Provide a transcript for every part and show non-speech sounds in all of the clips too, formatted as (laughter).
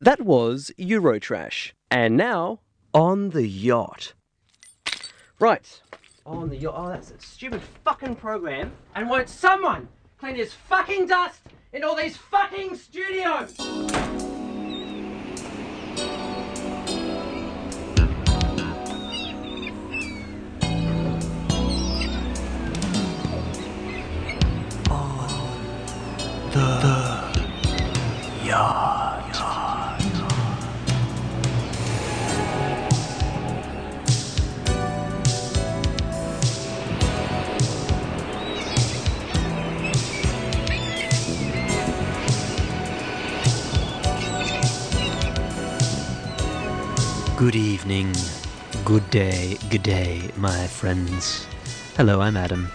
That was Eurotrash. And now, on the yacht. Right, on the yacht. Oh, that's a stupid fucking program. And won't someone clean this fucking dust in all these fucking studios? Good evening, good day, good day, my friends. Hello, I'm Adam,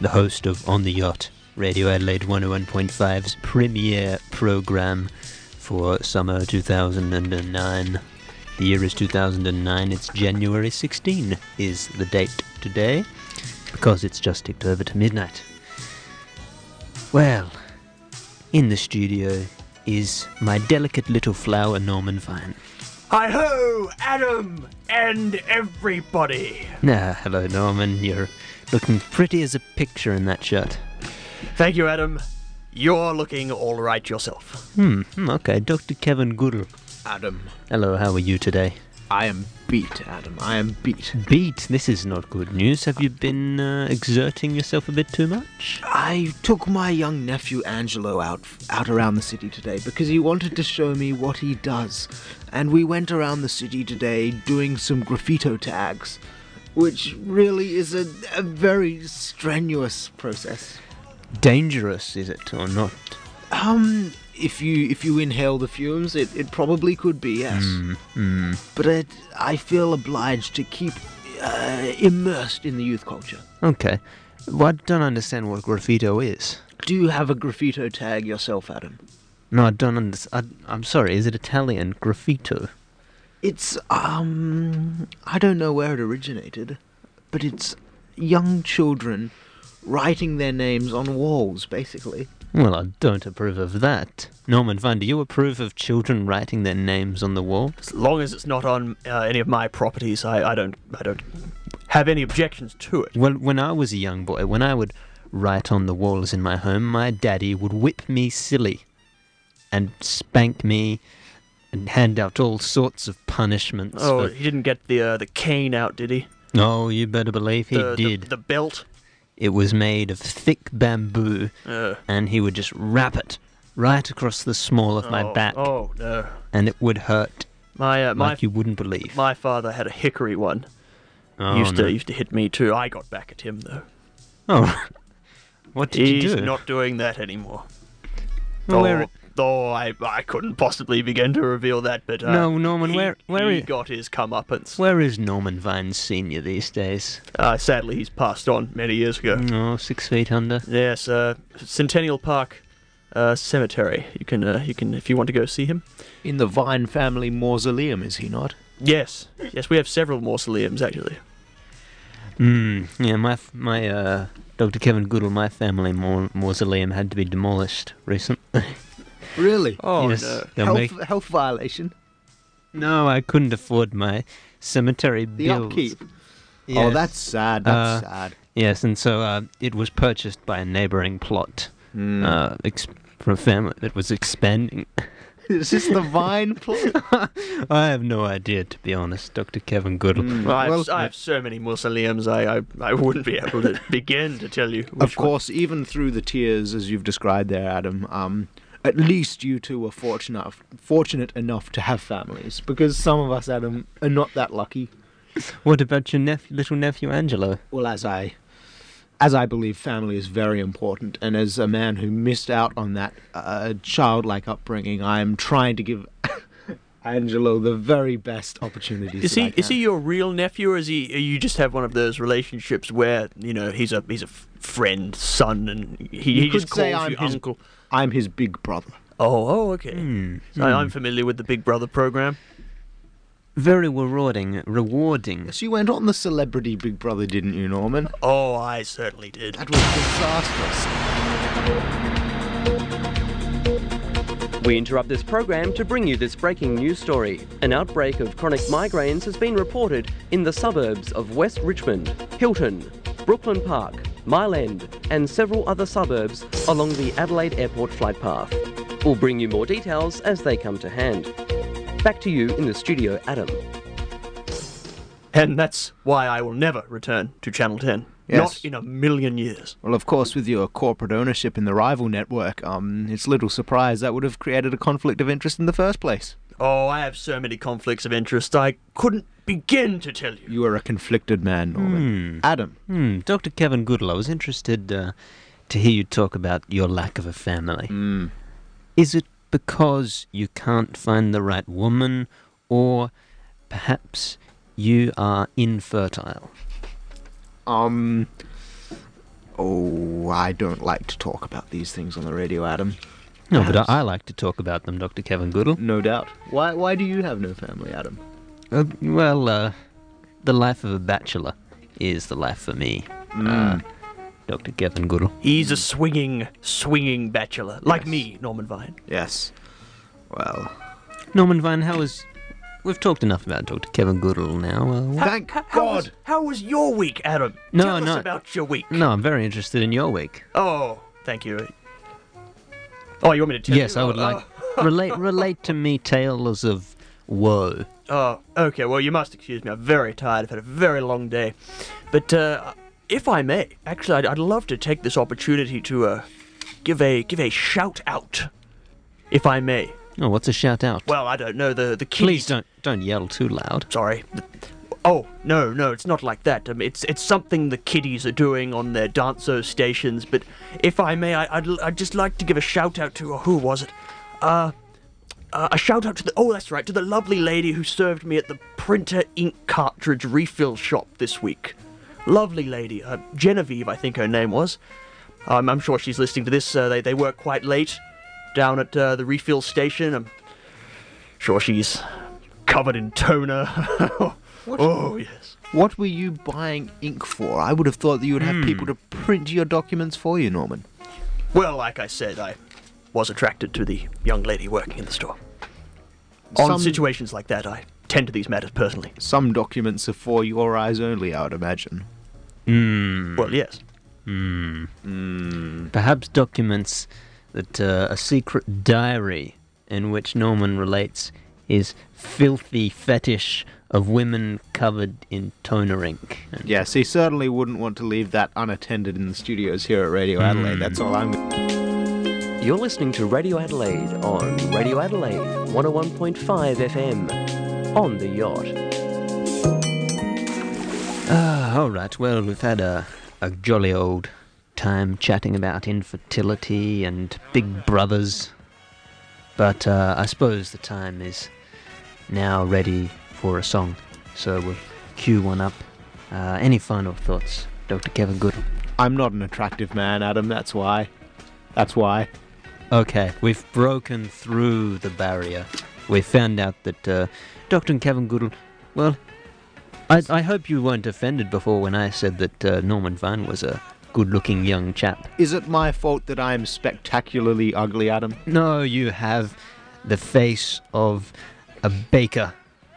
the host of On the Yacht, Radio Adelaide 101.5's premier program for summer 2009. The year is 2009, it's January 16 is the date today, because it's just ticked over to midnight. Well, in the studio is my delicate little flower, Norman Fine. Hi ho, Adam and everybody. Ah, hello, Norman. You're looking pretty as a picture in that shirt. Thank you, Adam. You're looking all right yourself. Hmm, hmm, okay. Dr. Kevin Goodall. Adam, Hello, how are you today? I am beat, Adam. I am beat. Beat, this is not good news. Have you been uh, exerting yourself a bit too much? I took my young nephew Angelo out out around the city today because he wanted to show me what he does. And we went around the city today doing some graffito tags, which really is a, a very strenuous process. Dangerous, is it, or not? Um if you if you inhale the fumes, it, it probably could be, yes. But it, I feel obliged to keep uh, immersed in the youth culture. Okay. Well, I don't understand what graffito is. Do you have a graffito tag yourself, Adam? No, I don't understand. I'm sorry, is it Italian? Graffito? It's um I don't know where it originated, but it's young children writing their names on walls basically. Well, I don't approve of that. Norman Vine, do you approve of children writing their names on the wall? As long as it's not on uh, any of my properties, I, I don't I don't have any objections to it. Well, when I was a young boy, when I would write on the walls in my home, my daddy would whip me silly and spank me and hand out all sorts of punishments. Oh, for... he didn't get the uh, the cane out, did he? Uh, oh you better believe he the, the- did. The, belt. It was made of thick bamboo, Uh, and he would just wrap it right across the small of my oh, back, Oh no, and it would hurt my uh, my like you wouldn't believe. my father had a hickory one. oh, used no. to used to hit me too. I got back at him though. Oh. (laughs) what did He's you do? not doing that anymore. Well, where- Though, though I, I couldn't possibly begin to reveal that, but uh, No, Norman, he, where- where he i- got his comeuppance. Where is Norman Vine Senior these days? Uh, sadly, he's passed on many years ago. Oh, six feet under. Yes, uh, Centennial Park uh, Cemetery. You can uh, you can if you want to go see him. In the Vine family mausoleum, is he not? Yes, yes, we have several mausoleums actually. Mm, yeah, my f- my uh, Dr. Kevin Goodall, my family mau- mausoleum had to be demolished recently. (laughs) Really? Oh yes, no. they'll health, make- health violation. no, I couldn't afford my cemetery The bills. upkeep. Oh, Yes. that's sad. That's Uh, sad. yes, and so uh, it was purchased by a neighbouring plot Hmm. hmm. uh, ex- from a family that was expanding. (laughs) (laughs) is this the Vine plot? I have no idea, to be honest, Dr. Kevin Goodall. Well, I, have, Well- s- I have so many mausoleums, I, I, I wouldn't be (laughs) able to begin to tell you. of Which one. course, even through the tears, as you've described there, Adam. Um, at least you two were fortunate enough, fortunate enough to have families, because some of us, Adam, are not that lucky. What about your nep- little nephew Angelo? Well, as I, as I believe, family is very important, and as a man who missed out on that uh, childlike upbringing, I am trying to give (laughs) Angelo the very best opportunities. Is that I he is can. he your real nephew, or is he? Or you just have one of those relationships where you know he's a he's a f- friend, son, and he, You he just could say calls I'm you his- uncle. I'm his big brother. Oh, oh, okay. Hmm, So I- I'm familiar with the Big Brother program. Very rewarding, rewarding. Yes, you went on the Celebrity Big Brother, didn't you, Norman? Oh, I certainly did. That was disastrous. We interrupt this program to bring you this breaking news story. An outbreak of chronic migraines has been reported in the suburbs of West Richmond, Hilton, Brooklyn Park, Mile End, and several other suburbs along the Adelaide Airport flight path. We'll bring you more details as they come to hand. Back to you in the studio, Adam. And that's why I will never return to Channel 10. Yes. Not in a million years. Well, of course, with your corporate ownership in the rival network, um, it's little surprise that would have created a conflict of interest in the first place. Oh, I have so many conflicts of interest, I couldn't begin to tell you. You are a conflicted man, Norman. Adam, Hmm, Dr. Kevin Goodall, I was interested uh, to hear you talk about your lack of a family. Is it because you can't find the right woman, or perhaps you are infertile? um, oh, I don't like to talk about these things on the radio, Adam. No, but Perhaps. I, I like to talk about them, Dr. Kevin Goodall. No doubt. Why? Why do you have no family, Adam? Uh, well, uh, the life of a bachelor is the life for me, Hmm. uh, Dr. Kevin Goodall. He's a swinging, swinging bachelor, like me, Norman Vine. Yes. Well, Norman Vine, how is. We've talked enough about Dr. Kevin Goodall now. Uh, what- thank H- how Was, God. how was your week, Adam? No, Tell no. us about your week. no, I'm very interested in your week. Oh, thank you. Oh, you want me to tell Yes, you? I would Oh, like relate relate to me tales of woe. Oh, okay. Well, you must excuse me. I'm very tired. I've had a very long day. But uh, if I may, actually, I'd, I'd love to take this opportunity to uh, give a give a shout out, if I may. Oh, what's a shout out? Well, I don't know the the key. Please don't don't yell too loud. Sorry. Oh no, no, it's not like that. Um, it's it's something the kiddies are doing on their danzo stations. But if I may, I, I'd l- I'd just like to give a shout out to who was it? Uh, uh, a shout out to the oh that's right to the lovely lady who served me at the printer ink cartridge refill shop this week. Lovely lady, uh, Genevieve, I think her name was. Um, I'm sure she's listening to this. Uh, they they work quite late down at uh, the refill station. I'm sure she's covered in toner. oh yes. What were you buying ink for? I would have thought that you would Hmm. have people to print your documents for you, Norman. Well, like I said, I was attracted to the young lady working in the store. On Some- situations like that, I tend to these matters personally. Some documents are for your eyes only, I would imagine. Well, yes. Perhaps documents that uh, a secret diary in which Norman relates his filthy fetish of women covered in toner ink. And Yes, he certainly wouldn't want to leave that unattended in the studios here at Radio Adelaide. That's all I'm. You're listening to Radio Adelaide on Radio Adelaide 101.5 FM on the yacht. Ah, all right. Well, we've had a, a jolly old time chatting about infertility and big brothers, but uh, I suppose the time is now ready for a song, so we'll cue one up. Uh, any final thoughts, Dr. Kevin Goodall? I'm not an attractive man, Adam. That's why. That's why. Okay, we've broken through the barrier. We found out that uh, Dr. Kevin Goodall. Well, I, I hope you weren't offended before when I said that uh, Norman Vine was a good looking young chap. Is it my fault that I'm spectacularly ugly, Adam? No, you have the face of a baker.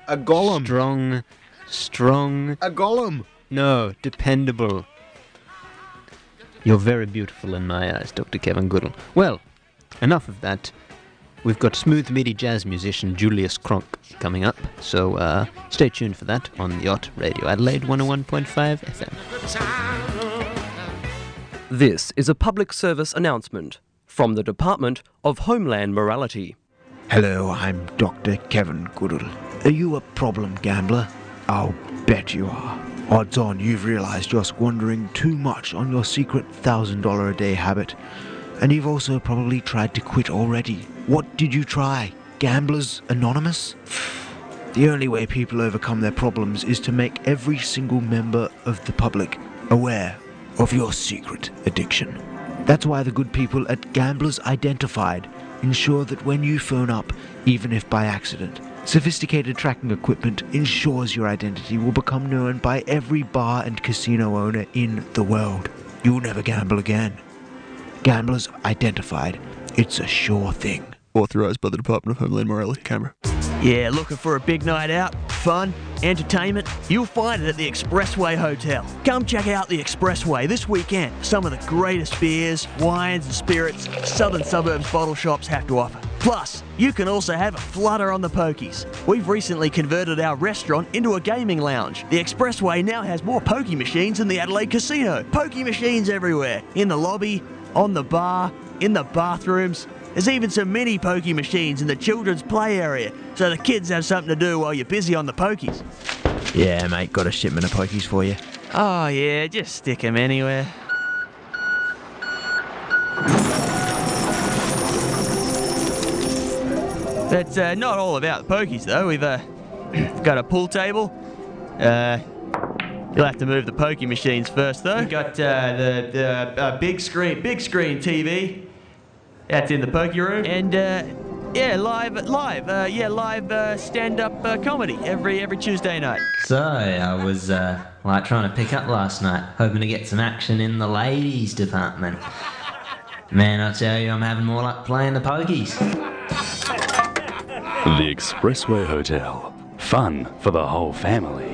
A golem. Strong, strong, a golem. no, dependable. You're very beautiful in my eyes, Dr. Kevin Goodall. Well, enough of that. We've got smooth, meaty jazz musician Julius Cronk coming up, so uh, stay tuned for that on the Yacht Radio Adelaide 101.5 FM. This is a public service announcement from the Department of Homeland Morality. Hello, I'm Dr. Kevin Goodall. Are you a problem gambler? I'll bet you are. Odds on you've realized you're squandering too much on your secret $1,000 a day habit. And you've also probably tried to quit already. What did you try? Gamblers Anonymous? The only way people overcome their problems is to make every single member of the public aware of your secret addiction. That's why the good people at Gamblers Identified ensure that when you phone up, even if by accident, sophisticated tracking equipment ensures your identity will become known by every bar and casino owner in the world. You'll never gamble again. Gamblers Identified. It's a sure thing. Authorised by the Department of Homeland Morality. Camera. Yeah, looking for a big night out, fun, entertainment? You'll find it at the Expressway Hotel. Come check out the Expressway this weekend. Some of the greatest beers, wines, and spirits southern suburbs bottle shops have to offer. Plus, you can also have a flutter on the pokies. We've recently converted our restaurant into a gaming lounge. The Expressway now has more pokey machines than the Adelaide Casino. Pokey machines everywhere in the lobby, on the bar, in the bathrooms. There's even some mini pokey machines in the children's play area, so the kids have something to do while you're busy on the pokies. Yeah, mate, got a shipment of pokies for you. Oh, yeah, just stick them anywhere. That's uh, not all about the pokies, though. We've uh, (coughs) got a pool table. Uh, You'll have to move the pokey machines first, though. We've got uh, the, the uh, big screen, big screen TV. That's in the pokey room. And uh, yeah, live, live, uh, yeah, live uh, stand-up uh, comedy every every Tuesday night. So I was uh, like trying to pick up last night, hoping to get some action in the ladies department. Man, I tell you, I'm having more luck playing the pokies. The Expressway Hotel. Fun for the whole family.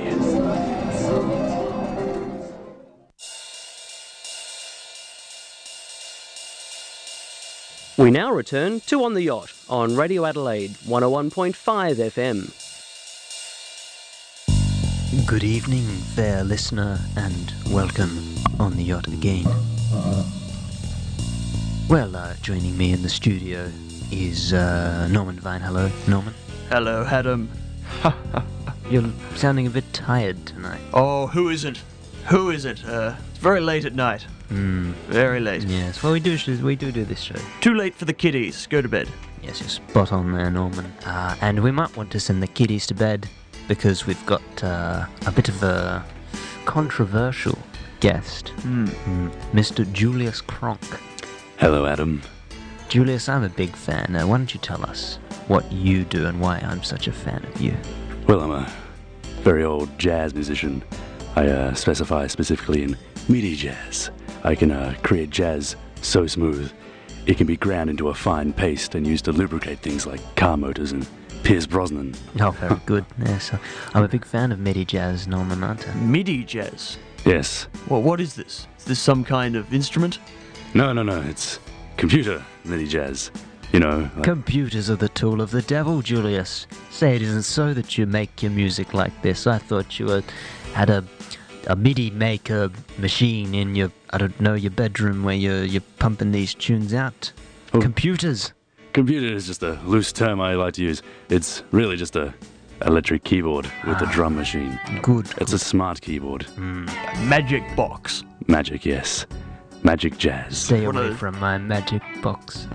We now return to On the Yacht on Radio Adelaide 101.5 FM. Good evening, fair listener, and welcome on the yacht again. Well, uh, joining me in the studio is uh, Norman Vine. Hello, Norman. Hello, Adam. You're sounding a bit tired tonight. Oh, who isn't? Who isn't? Uh, it's very late at night. Very late. Hmm, Yes, well, we do sh- we do do this show. Too late for the kiddies. Go to bed. Yes, you're spot on there, Norman. Uh, and we might want to send the kiddies to bed because we've got uh, a bit of a controversial guest, Mm, Mr. Julius Kronk. Hello, Adam. Julius, I'm a big fan. Now, why don't you tell us what you do and why I'm such a fan of you? Well, I'm a very old jazz musician. I uh, specify specifically in MIDI jazz. I can uh, create jazz so smooth, it can be ground into a fine paste and used to lubricate things like car motors and Piers Brosnan. Oh, very good. Yes, I- I'm a big fan of midi jazz, Norman, aren't I? MIDI jazz. Yes. Well, what is this? Is this some kind of instrument? No, no, no. It's computer MIDI jazz. You know, like, Computers are the tool of the devil, Julius. Say it isn't so that you make your music like this. I thought you were, had a a MIDI maker machine in your I don't know your bedroom where you're you're pumping these tunes out. Oh. Computers. computer is just a loose term I like to use. It's really just a electric keyboard with a drum machine. Good. It's a smart keyboard. Magic box. Magic, yes. Magic jazz. Stay What away a- from my magic box.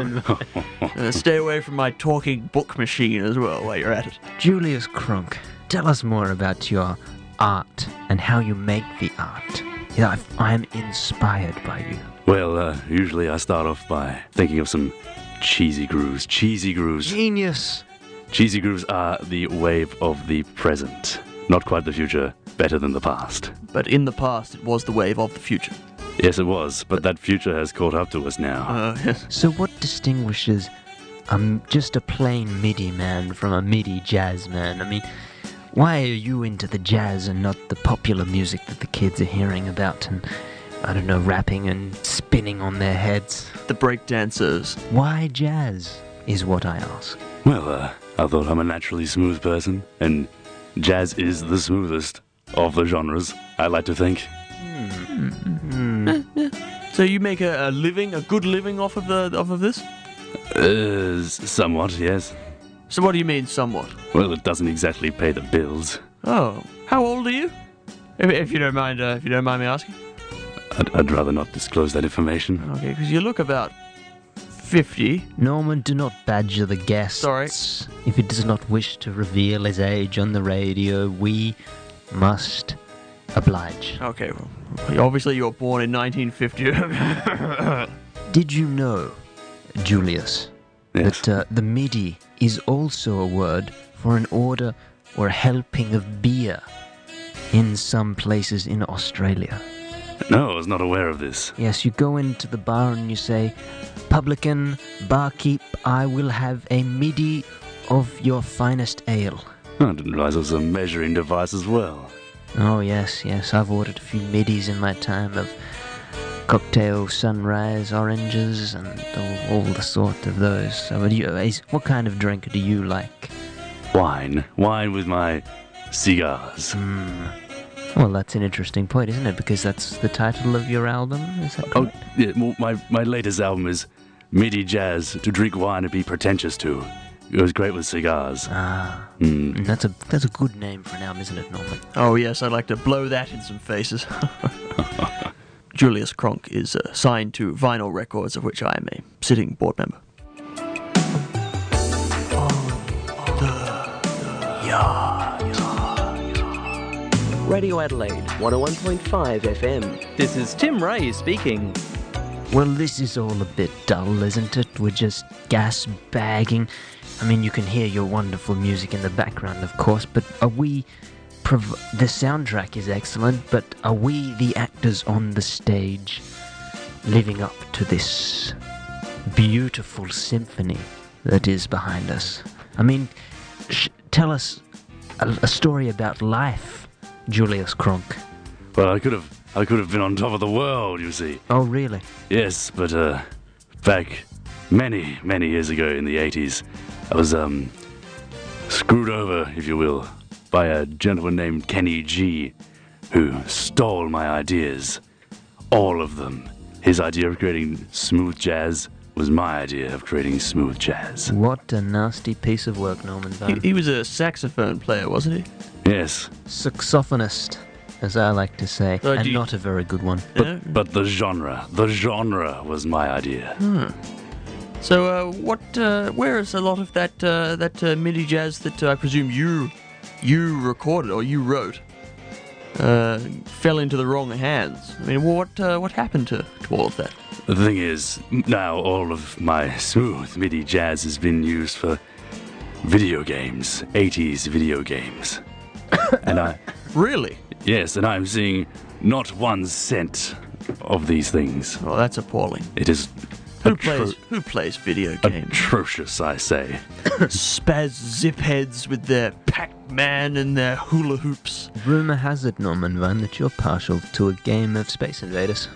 Uh, stay away from my talking book machine as well while you're at it. Julius Kronk, tell us more about your art and how you make the art. Yeah, I've- I'm inspired by you. Well, uh, usually I start off by thinking of some cheesy grooves. Cheesy grooves. Genius. Cheesy grooves are the wave of the present. Not quite the future, better than the past. But in the past, it was the wave of the future. Yes, it was, but that future has caught up to us now. Uh, (laughs) yes. So, what distinguishes um, just a plain MIDI man from a MIDI jazz man? I mean, why are you into the jazz and not the popular music that the kids are hearing about and, I don't know, rapping and spinning on their heads? The breakdancers. Why jazz is what I ask. Well, uh, I thought I'm a naturally smooth person, and jazz is the smoothest of the genres, I like to think. So you make a, a living, a good living off of the off of this? Uh, s- somewhat, yes. So what do you mean, somewhat? Well, it doesn't exactly pay the bills. Oh, how old are you? If, if you don't mind, uh, if you don't mind me asking. I'd, I'd rather not disclose that information. Okay, because you look about fifty. Norman, do not badger the guests. Sorry. If he does not wish to reveal his age on the radio, we must oblige. Okay, well, obviously you were born in (laughs) 1950. Did you know, Julius, Yes. that uh, the MIDI is also a word for an order or helping of beer in some places in Australia. No, I was not aware of this. Yes, you go into the bar and you say, Publican, barkeep, I will have a midi of your finest ale. I didn't realize it was a measuring device as well. Oh, yes, yes, I've ordered a few midis in my time of cocktail sunrise oranges and all, all the sort of those. So, what, do you, is- what kind of drink do you like? Wine. Wine with my cigars. Well, that's an interesting point, isn't it? Because that's the title of your album, is that Oh, correct? yeah, well, my, my latest album is MIDI Jazz to Drink Wine and Be Pretentious to. It was great with cigars. Ah, Mm. mm, that's a that's a good name for an album, isn't it, Norman? Oh, yes, I'd like to blow that in some faces. (laughs) Julius Kronk is uh, signed to Vinyl Records, of which I am a sitting board member. Radio Adelaide 101.5 FM. This is Tim Ray speaking. Well, this is all a bit dull, isn't it? We're just gas bagging. I mean, you can hear your wonderful music in the background, of course, but are we. Prov- the soundtrack is excellent, but are we, the actors on the stage, living up to this beautiful symphony that is behind us? I mean, sh- tell us a, a story about life, Julius Kronk. Well, I could have I could have been on top of the world, you see. Oh, really? Yes, but uh, back many many years ago in the 80s, I was um screwed over, if you will, by a gentleman named Kenny G, who stole my ideas, all of them. His idea of creating smooth jazz was my idea of creating smooth jazz. What a nasty piece of work, Norman Bone. He, he was a saxophone player, wasn't he? Yes, saxophonist, as I like to say, So and Uh, do you- not a very good one. Yeah. but the genre, the genre was my idea. So, uh, what? Uh, where is a lot of that uh, that uh, MIDI jazz that uh, I presume you you recorded or you wrote uh, fell into the wrong hands? I mean, what uh, what happened to, to all of that? The thing is, now all of my smooth MIDI jazz has been used for video games, 80s video games. (coughs) and I, Really? yes, and I'm seeing not one cent of these things. Well, that's appalling. It is Who atro- plays who plays video games? atrocious, I say. Spaz zip heads with their Pac-Man and their hula hoops. Rumor has it, Norman Van, that you're partial to a game of Space (laughs) Invaders.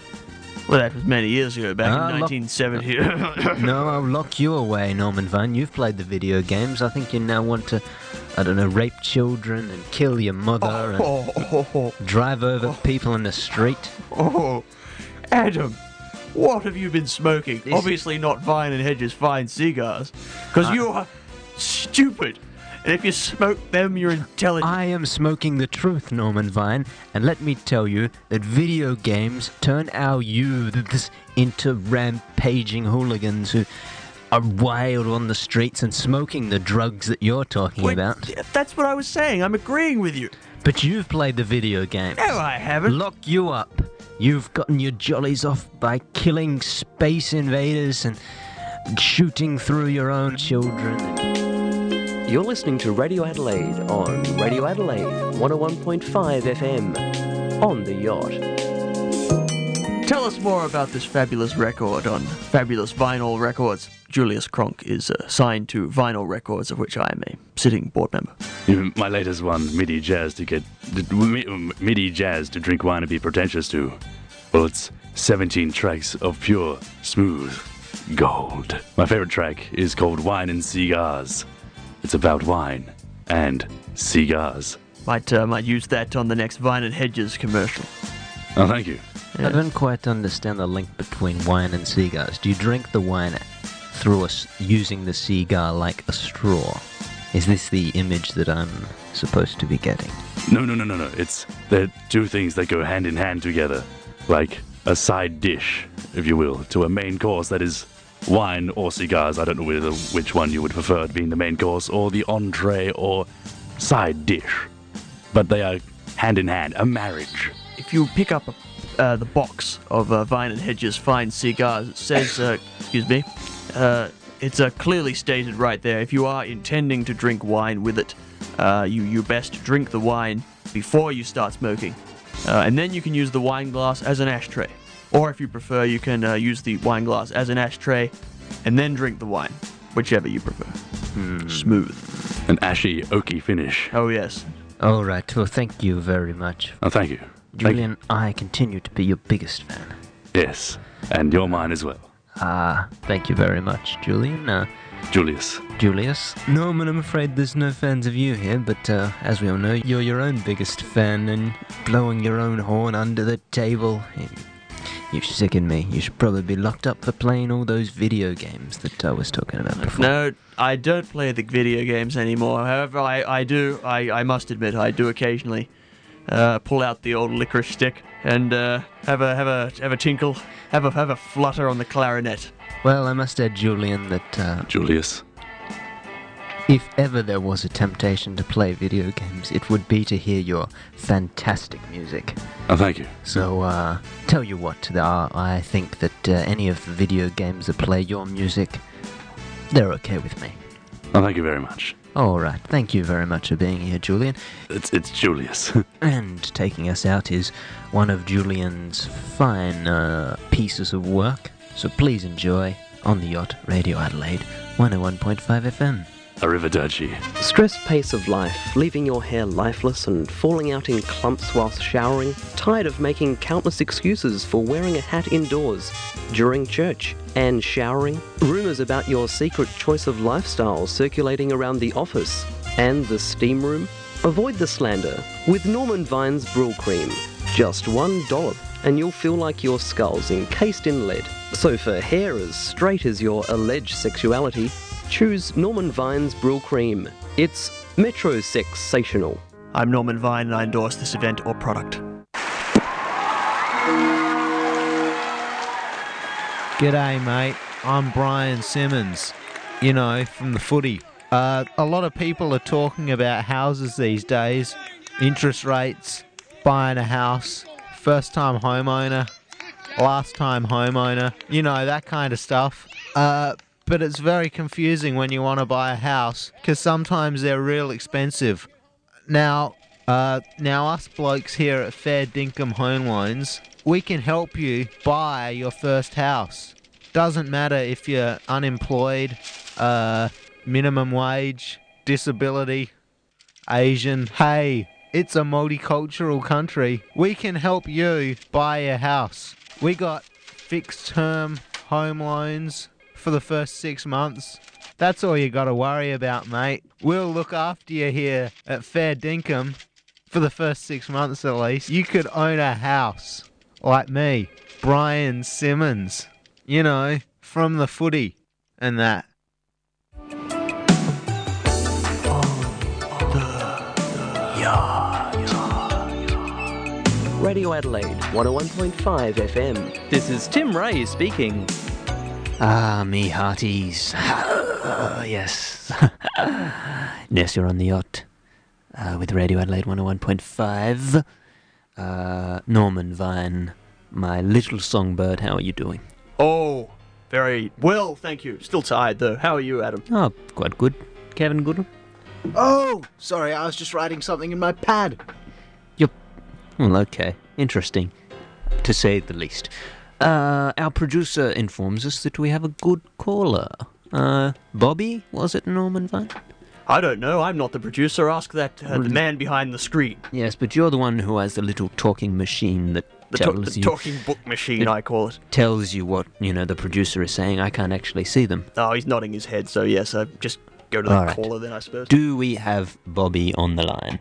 Well, that was many years ago, back Ah, in look- 1970. no, I'll lock you away, Norman Van. You've played the video games. I think you now want to, I don't know, rape children and kill your mother (laughs) oh, oh, oh, and drive over people in the street. oh, Adam, what have you been smoking? Obviously not Vine and Hedge's fine cigars, because you are stupid. And if you smoke them, you're intelligent. I am smoking the truth, Norman Vine, and let me tell you that video games turn our youths into rampaging hooligans who are wild on the streets and smoking the drugs that you're talking Wait, about. th- That's what I was saying. I'm agreeing with you. But you've played the video game. No, I haven't. Lock you up. You've gotten your jollies off by killing space invaders and shooting through your own children. You're listening to Radio Adelaide on Radio Adelaide 101.5 FM. On the yacht. Tell us more about this fabulous record on Fabulous Vinyl Records. Julius Kronk is uh, signed to Vinyl Records, of which I am a sitting board member. Even (laughs) My latest one, MIDI jazz to get mi- MIDI jazz to drink wine and be pretentious to. Well, it's 17 tracks of pure, smooth gold. My favorite track is called Wine and Cigars. It's about wine and cigars. Might uh, might use that on the next Vine and Hedges commercial. Oh, thank you. I don't quite understand the link between wine and cigars. Do you drink the wine through us using the cigar like a straw? Is this the image that I'm supposed to be getting? No, no, no, no, no. It's they're two things that go hand in hand together, like a side dish, if you will, to a main course that is wine or cigars. I don't know whether, which one you would prefer being the main course or the entree or side dish, but they are hand in hand. A marriage. If you pick up uh, the box of uh, Vine and Hedges fine cigars, it says, uh, excuse me, uh, it's uh, clearly stated right there. If you are intending to drink wine with it, uh, you you best drink the wine before you start smoking. Uh, and then you can use the wine glass as an ashtray. Or if you prefer, you can uh, use the wine glass as an ashtray and then drink the wine, whichever you prefer. Hmm. Hmm. Smooth. An ashy, oaky finish. Oh, yes. All right. Well, thank you very much. Oh, thank you. Thank you. Julian, I continue to be your biggest fan. Yes, and you're mine as well. Ah, thank you very much, Julian. Uh, Julius. Julius. Norman, I'm afraid there's no fans of you here, but uh, as we all know, you're your own biggest fan and blowing your own horn under the table. You sicken me. You should probably be locked up for playing all those video games that I was talking about before. No, I don't play the video games anymore. However, I, I do, I, I must admit, I do occasionally uh, pull out the old licorice stick and uh, have a have a have a tinkle, have a have a flutter on the clarinet. Well, I must add, Julian, that uh, Julius. if ever there was a temptation to play video games, it would be to hear your fantastic music. Oh, thank you. So, uh, tell you what, there are, I think that uh, any of the video games that play your music, they're okay with me. Oh, thank you very much. All right, thank you very much for being here, Julian. It's it's Julius. (laughs) And taking us out is one of Julian's fine uh, pieces of work. So please enjoy on the yacht, Radio Adelaide, 101.5 FM. Arrivederci. Stress pace of life, leaving your hair lifeless and falling out in clumps whilst showering, tired of making countless excuses for wearing a hat indoors, during church, and showering, rumours about your secret choice of lifestyle circulating around the office and the steam room. Avoid the slander with Norman Vine's Brill Cream. Just one dollop, and you'll feel like your skull's encased in lead. So, for hair as straight as your alleged sexuality, choose Norman Vine's Brill Cream. It's Metro Sexational. I'm Norman Vine, and I endorse this event or product. G'day, mate. I'm Brian Simmons, you know, from the footy. Uh, a lot of people are talking about houses these days interest rates, buying a house, first time homeowner, last time homeowner, you know, that kind of stuff. Uh, but it's very confusing when you want to buy a house because sometimes they're real expensive. Now, uh, now us blokes here at Fair Dinkum Home Loans, we can help you buy your first house. Doesn't matter if you're unemployed, uh, minimum wage, disability, Asian. Hey, it's a multicultural country. We can help you buy a house. We got fixed term home loans for the first six months. That's all you gotta worry about, mate. We'll look after you here at Fair Dinkum for the first six months at least. You could own a house like me, Brian Simmons, you know, from the footy and that. Radio Adelaide 101.5 FM. This is Tim Ray speaking. Ah, me hearties. (laughs) yes. (laughs) yes, you're on the yacht uh, with Radio Adelaide 101.5. Uh, Norman Vine, my little songbird, how are you doing? Oh, very well, thank you. Still tired though. How are you, Adam? Oh, quite good. Kevin Goodall? Oh, sorry, I was just writing something in my pad. Well, okay. Interesting, to say the least. Uh, our producer informs us that we have a good caller. Uh, Bobby, was it Norman Vine? I don't know. I'm not the producer. Ask that uh, the man behind the screen, Yes, but you're the one who has the little talking machine that the, to- tells the you talking book machine, I call it. tells you what you know the producer is saying. I can't actually see them. Oh, he's nodding his head. So yes, I just go to the All right. caller then, I suppose. Do we have Bobby on the line?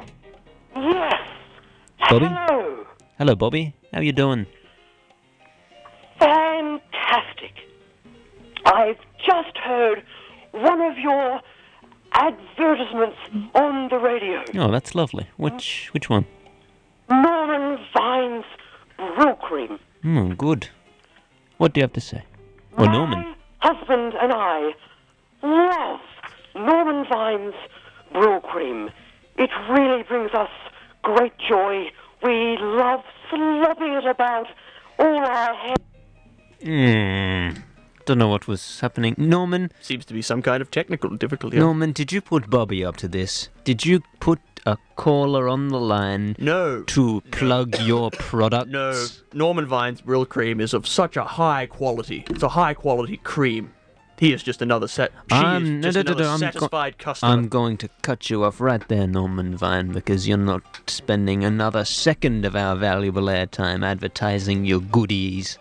Yes. Bobby? Hello. Hello, Bobby. How you doing? Fantastic. I've just heard one of your advertisements on the radio. Oh, that's lovely. Which which one? Norman Vine's Brill Cream. Hmm, good. What do you have to say? Or Norman? My husband and I love Norman Vine's Brill Cream. It really brings us great joy. We love slobbing it about all our hair. Hmm. Don't know what was happening. Norman, Seems to be some kind of technical difficulty. Norman, did you put Bobby up to this? Did you put a caller on the line No. to plug your products? No, Norman Vine's Brill Cream is of such a high quality. It's a high quality cream. He is just another set. She I'm- is just Um, no, no, no, another no, I'm go- satisfied customer. I'm going to cut you off right there, Norman Vine, because you're not spending another second of our valuable airtime advertising your goodies.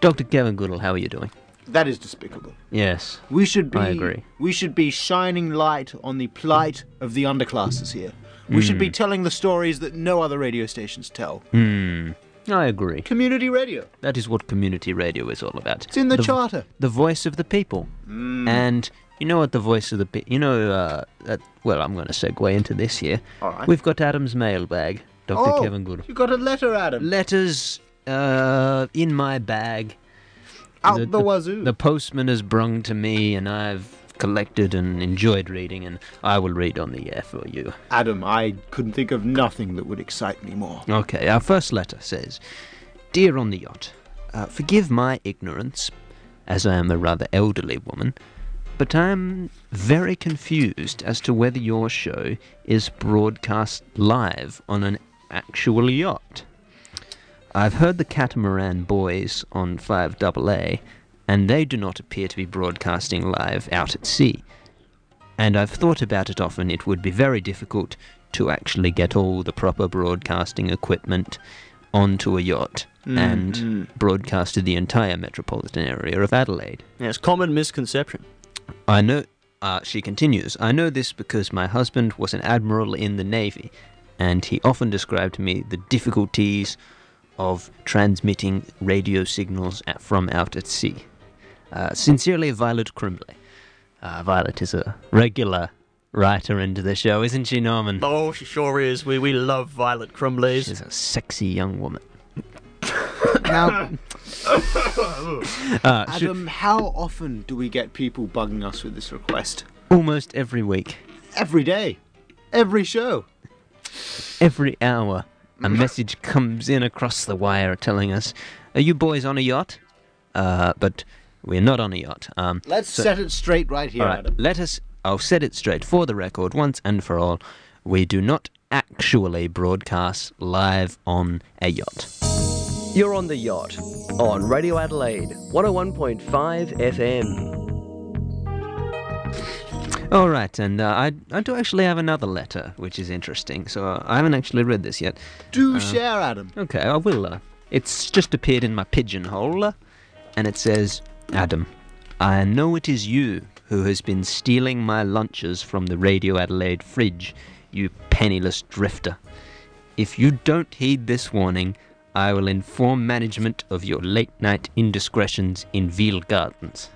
Dr. Kevin Goodall, how are you doing? That is despicable. Yes. We should be. I agree. We should be shining light on the plight of the underclasses here. We should Mm. be telling the stories that no other radio stations tell. Hmm. I agree. Community radio. That is what community radio is all about. It's in the, vo- Mm. charter. The Mm. voice of the people. And you know what the voice of the people. You know, uh, that, well, I'm going to segue into this here. All right. We've got Adam's mailbag, Dr. oh, Kevin Goodall. you got a letter, Adam. Letters uh, in my bag. Out the, wazoo. The postman has brung to me, and I've collected and enjoyed reading, and I will read on the air for you. Adam, I couldn't think of nothing that would excite me more. Okay, our first letter says Dear on the yacht, uh, forgive my ignorance, as I am a rather elderly woman, but I am very confused as to whether your show is broadcast live on an actual yacht. I've heard the Catamaran Boys on 5AA, and they do not appear to be broadcasting live out at sea. And I've thought about it often, it would be very difficult to actually get all the proper broadcasting equipment onto a yacht Mm-hmm. Mm. and broadcast to the entire metropolitan area of Adelaide. Yeah, it's common misconception. I know, uh, she continues, I know this because my husband was an admiral in the Navy, and he often described to me the difficulties of transmitting radio signals at, from out at sea. Uh, sincerely, Violet Crimley. Uh, Violet is a regular writer into the show, isn't she, Norman? Oh, she sure is. We we love Violet Crumblaze. She's a sexy young woman. (coughs) Now, Uh, she- Adam, how often do we get people bugging us with this request? almost every week, Every day. Every show. every hour, a message comes in across the wire telling us, "Are you boys on a yacht?" Uh, but we're not on a yacht. Um, Let's so- set it straight right here, all right, Adam. let us. I'll set it straight for the record once and for all. We do not actually broadcast live on a yacht. You're on the yacht on Radio Adelaide 101.5 FM. All right, and uh, I I do actually have another letter, which is interesting. So uh, I haven't actually read this yet. Do share, Adam. Okay, I will. Uh, it's just appeared in my pigeonhole, uh, and it says, Adam, I know it is you who has been stealing my lunches from the Radio Adelaide fridge, you penniless drifter. If you don't heed this warning, I will inform management of your late night indiscretions in Veal Gardens.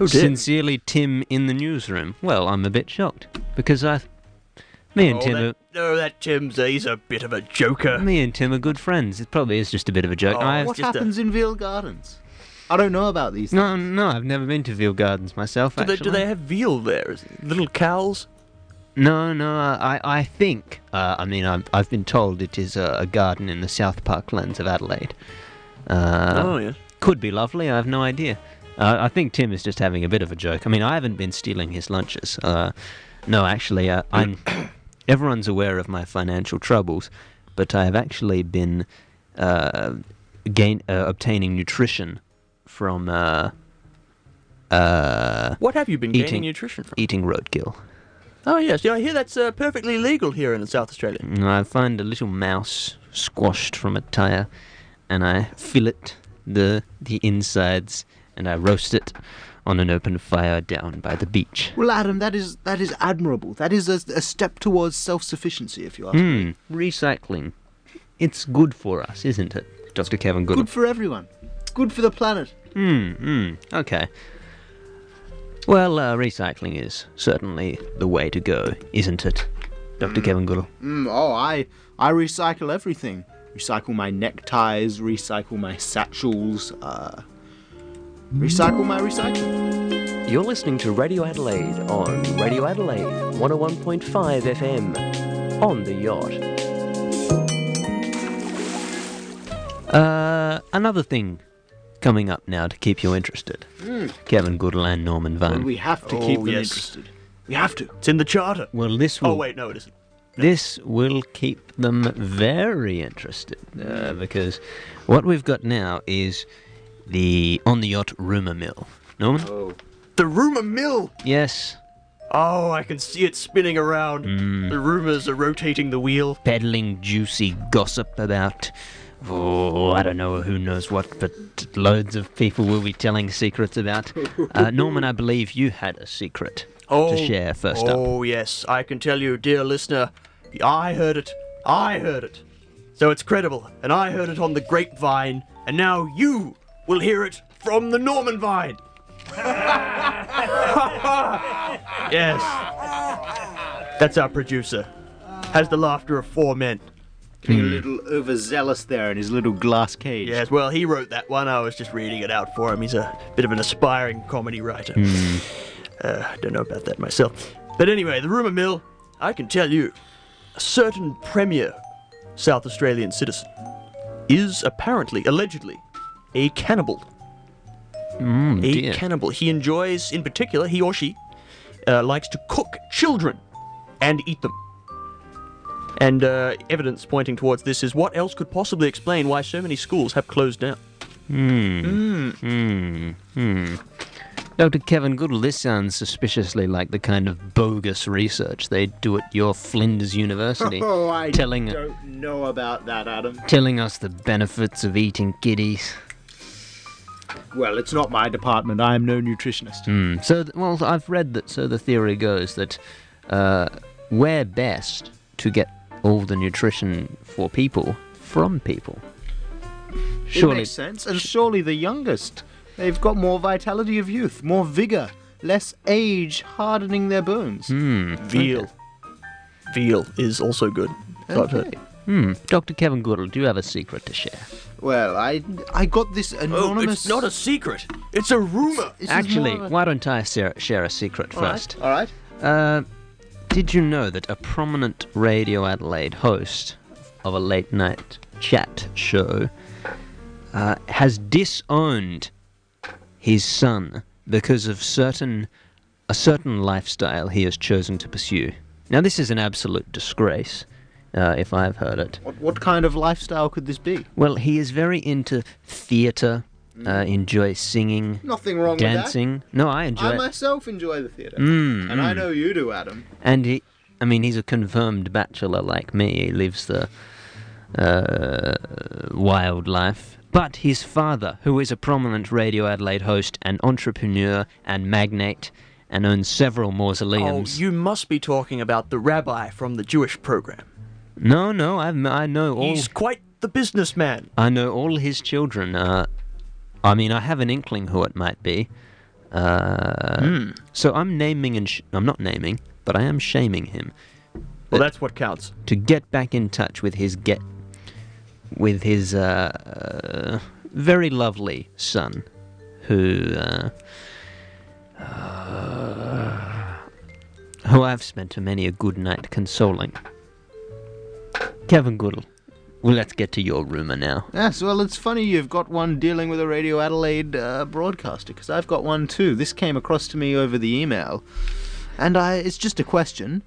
Oh, Sincerely, Tim in the newsroom. Well, I'm a bit shocked because I, me and Oh, Tim, are, that, no, that Tim's he's a bit of a joker. me and Tim are good friends. It probably is just a bit of a joke. Oh, I've, What just a- happens in Veal Gardens? I don't know about these. no, no, I've never been to Veal Gardens myself. Do they, actually. do they have veal there? Is it little cows? No, no. I, I think. Uh, I mean, I'm, I've been told it is a, a garden in the South Park lands of Adelaide. Uh, oh yeah. Could be lovely. I have no idea. Uh, I think Tim is just having a bit of a joke. I mean, I haven't been stealing his lunches. Uh, no, actually, uh, I'm. (coughs) everyone's aware of my financial troubles, but I have actually been uh, gain uh, obtaining nutrition from uh, uh, What have you been Eating. gaining nutrition from? eating roadkill. Oh yes, yeah. I hear that's uh, perfectly legal here in South Australia. And I find a little mouse squashed from a tire, and I fillet the the insides, and I roast it on an open fire down by the beach. Well, Adam, that is that is admirable. That is a, a step towards self-sufficiency, if you ask. me. Hmm, recycling. It's good for us, isn't it, Dr. Kevin Goodall? Good for everyone. Good for the planet. Hmm, hmm, okay. Well, uh, recycling is certainly the way to go, isn't it, Dr. Kevin Goodall? Mm, oh, I I recycle everything. Recycle my neckties. Recycle my satchels. Uh, recycle my recycling. You're listening to Radio Adelaide on Radio Adelaide 101.5 FM on the yacht. Uh, another thing coming up now to keep you interested. Kevin Goodall and Norman Vine. And we have to keep Oh, them yes. interested. We have to. It's in the charter. Well, this will Oh, wait, no, it isn't. This will keep them very interested uh, because what we've got now is the on the yacht rumor mill. Norman? The rumor mill! Yes. Oh, I can see it spinning around. Mm. The rumors are rotating the wheel. Peddling juicy gossip about. Oh, I don't know who knows what, but loads of people will be telling secrets about. Uh, Norman, I believe you had a secret Oh, to share first up. oh yes, I can tell you, dear listener, I heard it. I heard it. So it's credible, and I heard it on the grapevine, and now you will hear it from the Norman vine. (laughs) yes. That's our producer. Has the laughter of four men. Being a little overzealous there in his little glass cage. Yes, well, he wrote that one. I was just reading it out for him. He's a bit of an aspiring comedy writer. Uh, I don't know about that myself. But anyway, the rumour mill, I can tell you, a certain premier South Australian citizen is apparently, allegedly, a cannibal. Mm, A dear. cannibal. He enjoys, in particular, he or she uh, likes to cook children and eat them. And uh, evidence pointing towards this is what else could possibly explain why so many schools have closed down? Dr. Kevin Goodall, this sounds suspiciously like the kind of bogus research they do at your Flinders University. (laughs) Oh, I telling don't know about that, Adam. telling us the benefits of eating kiddies. Well, it's not my department. I am no nutritionist. Hmm. So, th- well, I've read that. So the theory goes that uh, we're best to get all the nutrition for people from people. It Surely, makes sense. And surely the youngest. They've got more vitality of youth, more vigor, less age hardening their bones. Hmm. Veal. Veal is also good. Not Okay. hmm. Dr. Kevin Goodall, do you have a secret to share? Well, I I got this Oh, anonymous. it's not a secret. It's a rumor. this is Actually, more of a- why don't I share, share a secret first? all right. Uh, did you know that a prominent Radio Adelaide host of a late night chat show uh, has disowned his son because of certain a certain lifestyle he has chosen to pursue? Now, this is an absolute disgrace, uh, if I've heard it. What, what kind of lifestyle could this be? Well, he is very into theatre, uh, enjoys singing, Nothing wrong dancing. No, I with that. enjoy I it. myself enjoy the theatre, Mm, and I mm. know you do, Adam. And he, I mean, he's a confirmed bachelor like me. He lives the uh, wild life. But his father, who is a prominent Radio Adelaide host and entrepreneur and magnate and owns several Oh, mausoleums. you must be talking about the rabbi from the Jewish program. No, no, I've, I know all. He's quite the businessman. I know all his children. Uh, I mean, I have an inkling who it might be. Uh, Hmm. So I'm naming and sh- I'm not naming, but I am shaming him. Well, that's what counts. to get back in touch with his get with his uh, uh, very lovely son, who uh, uh, who I've spent many a good night consoling. Kevin Goodall. Well, let's get to your rumor now. Yes, well, it's funny you've got one dealing with a Radio Adelaide uh, broadcaster because I've got one too. This came across to me over the email, and I, it's just a question: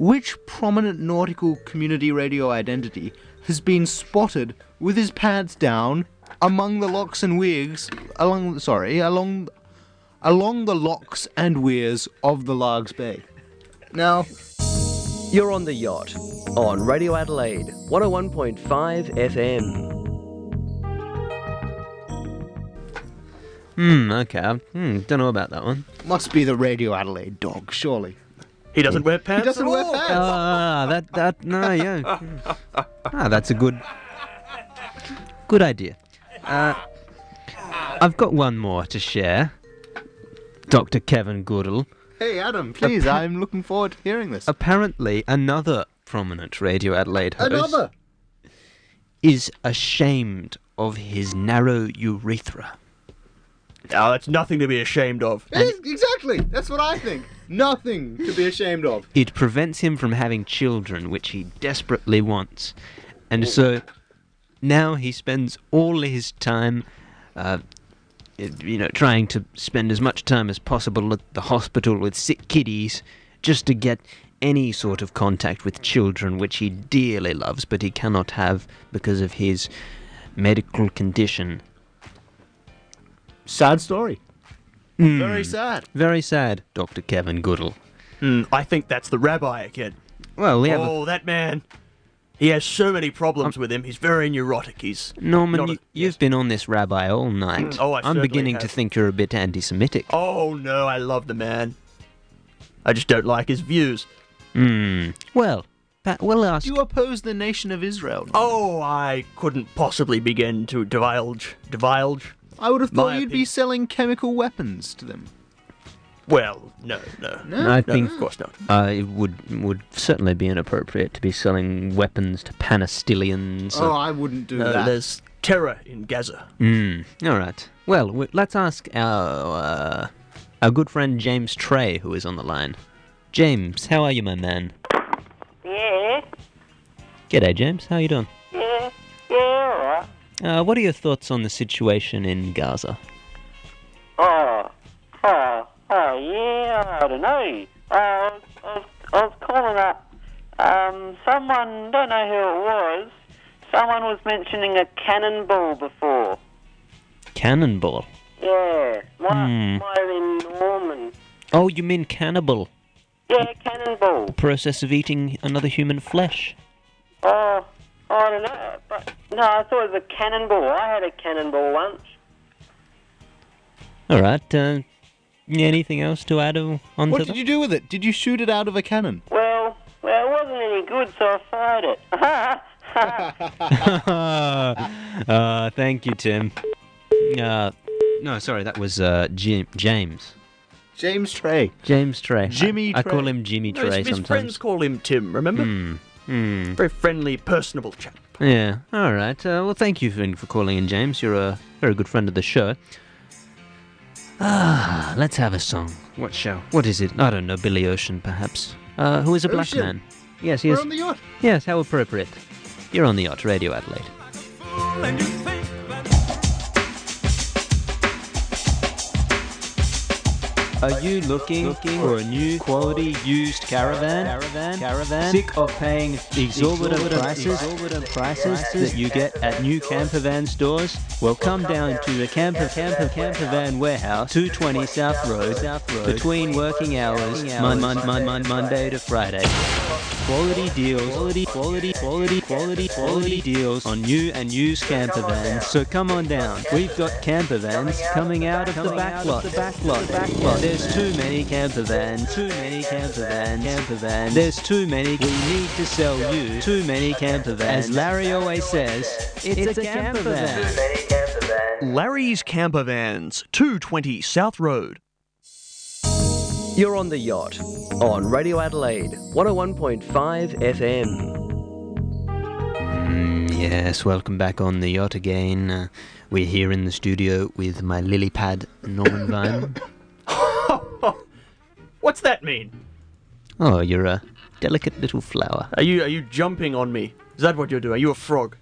Which prominent nautical community radio identity has been spotted with his pants down among the locks and weirs along? Sorry, along along the locks and weirs of the Largs Bay. Now, You're on the yacht on Radio Adelaide 101.5 FM. Hmm. Okay. I hmm, don't know about that one. must be the Radio Adelaide dog, surely. He doesn't wear pants. He doesn't at wear all. pants. Ah, that that no, yeah. Ah, that's a good good idea. Uh, I've got one more to share. Dr. Kevin Goodall. Hey, Adam, please, I'm looking forward to hearing this. Apparently, another prominent Radio Adelaide host Another. is ashamed of his narrow urethra. Now, Oh, that's nothing to be ashamed of. Eh? Yes, exactly. That's what I think. Nothing to be ashamed of. It prevents him from having children, which he desperately wants. And so now he spends all his time, uh, you know, trying to spend as much time as possible at the hospital with sick kiddies just to get any sort of contact with children, which he dearly loves, but he cannot have because of his medical condition. Sad story. Hmm. Very sad. Very sad, Dr. Kevin Goodall. Hmm, I think that's the rabbi again. Well, we have a- Oh, that man. He has so many problems with him. He's very neurotic. He's Um, Norman, not you, a- you've been on this rabbi all night. Oh, I I'm certainly beginning to have. think you're a bit anti-Semitic. Oh no, I love the man. I just don't like his views. Hmm. Well, Pat, we'll ask. You oppose the nation of Israel. Oh, I couldn't possibly begin to divulge. Divulge? I would have thought My you'd be opinion. selling chemical weapons to them. Well, no, no. No, I think of course not. uh, it would would certainly be inappropriate to be selling weapons to Palestinians. oh, I wouldn't do No, that. Uh, there's terror in Gaza. Hmm. All right. Well, we, let's ask our uh, our good friend James Trey, who is on the line. James, how are you, my man? Yeah, G'day, James. How you doing? yeah, yeah, Uh, what are your thoughts on the situation in Gaza? alright. Oh, oh, oh, yeah, I don't know. Uh, I, was- I, was- I was calling up. Um, someone, don't know who it was, someone was mentioning a cannonball before. Cannonball. Yeah, my, Hmm. my in Norman. Oh, you mean cannibal? Yeah, cannonball. Process of eating another human flesh. Oh, I don't know. But, no, I thought it was a cannonball. I had a cannonball once. All right. Uh, anything else to add o- onto What that? (laughs) did you do with it? Did you shoot it out of a cannon? Well, well, it wasn't any good, so I fired it. (laughs) uh, thank you, Tim. Uh, no, sorry, that was uh, Jim, James. James Trey. James Trey. Jimmy I, I Trey. call him Jimmy No, his, Trey his sometimes. friends call him Tim, remember? Hmm. Very friendly, personable chap. Yeah. All right. Uh, well, thank you for, for calling in, James. You're a very good friend of the show. Ah, let's have a song. What show? What is it? I don't know. Billy Ocean, perhaps. Uh, who is a black Ocean. man? Yes, he We're is. on the yacht. Yes, how appropriate. You're on the yacht, Radio Adelaide. Are you looking, for a new quality used caravan? Caravan? Caravan? Sick of paying exorbitant, prices, prices that you get at new camper van stores? Well, come down to the camper camper camper van warehouse, 220 South Road, South Road, between working hours, mon- mon- mon- mon- Monday to Friday. Quality deals, quality, quality, quality, quality, quality deals on new and used camper vans. So come on down. We've got camper vans coming out of the back lot. Back lot. Back lot. There's too many camper vans. Too many camper vans. Camper vans. There's too many. We need to sell you too many camper vans. As Larry always says, it's, a, camper, van. Larry's camper vans, 220 South Road. (laughs) You're on the yacht on Radio Adelaide 101.5 FM. Mm, Yes, welcome back on the yacht again. Uh, we're here in the studio with my lily pad, Norman (coughs) Vine. What's that mean? Oh, you're a delicate little flower. Are you are you jumping on me? Is that what you're doing? Are you a frog?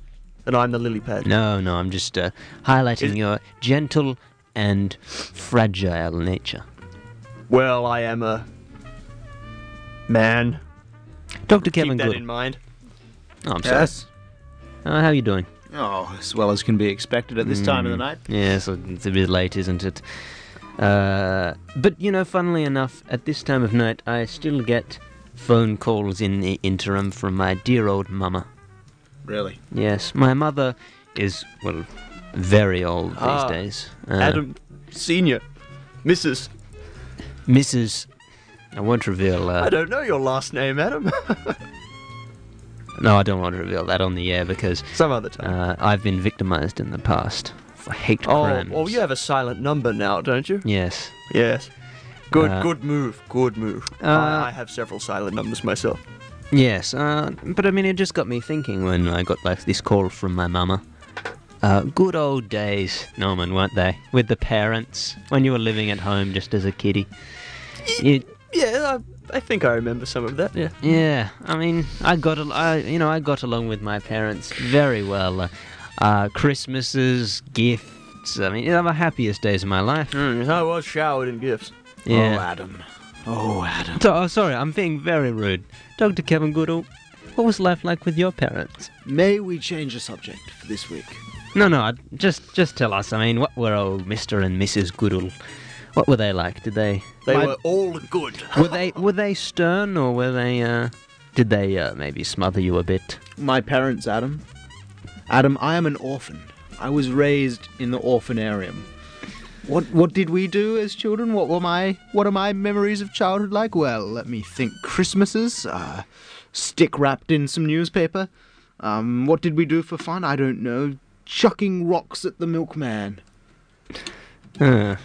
And I'm the lily pad. No, no, I'm just uh, highlighting your gentle and fragile nature. Well, I am a man. Dr. Kevin Keep that Good. in mind. Oh, I'm sorry. Yes. Uh, how are you doing? Oh, as well as can be expected at this time of Mm. the night. Yes, it's a bit late, isn't it? Uh, but you know, funnily enough, at this time of night, I still get phone calls in the interim from my dear old mama. Really. Yes, my mother is well, very old these Ah, days. Uh, Adam Senior. Mrs. Mrs. I won't reveal. Uh, I don't know your last name, Adam. (laughs) no, I don't want to reveal that on the air because Some other time. Uh, I've been victimized in the past for hate oh, crimes. well, you have a silent number now, don't you? Yes. Yes. Good, Uh, good move. Good move. Uh, I, I have several silent numbers myself. Yes. Uh, but I mean, it just got me thinking when I got like this call from my mama. Uh, good old days, Norman, weren't they? With the parents when you were living at home just as a kiddie. You, Yeah, I, I think I remember some of that. Yeah. yeah. I mean, I got, al- I, you know, I got along with my parents very well. Uh, uh, Christmases, Mm, gifts. I mean, they were the happiest days of my life. I was showered in gifts. Yeah. Oh, Adam. Oh, Adam. So, oh, sorry, I'm being very rude. Dr. Kevin Goodall, what was life like with your parents? May we change the subject for this week? No, no, I- just just tell us. I mean, what were old Mr. and Mrs. Goodall? What were they like? Did they They were all good. were they were they stern or were they uh did they uh, maybe smother you a bit? My parents, Adam. Adam, I am an orphan. I was raised in the orphanarium. What what did we do as children? What were my what are my memories of childhood like? Well, let me think. Christmases, uh, stick wrapped in some newspaper. Um, what did we do for fun? I don't know. Chucking rocks at the milkman. Uh,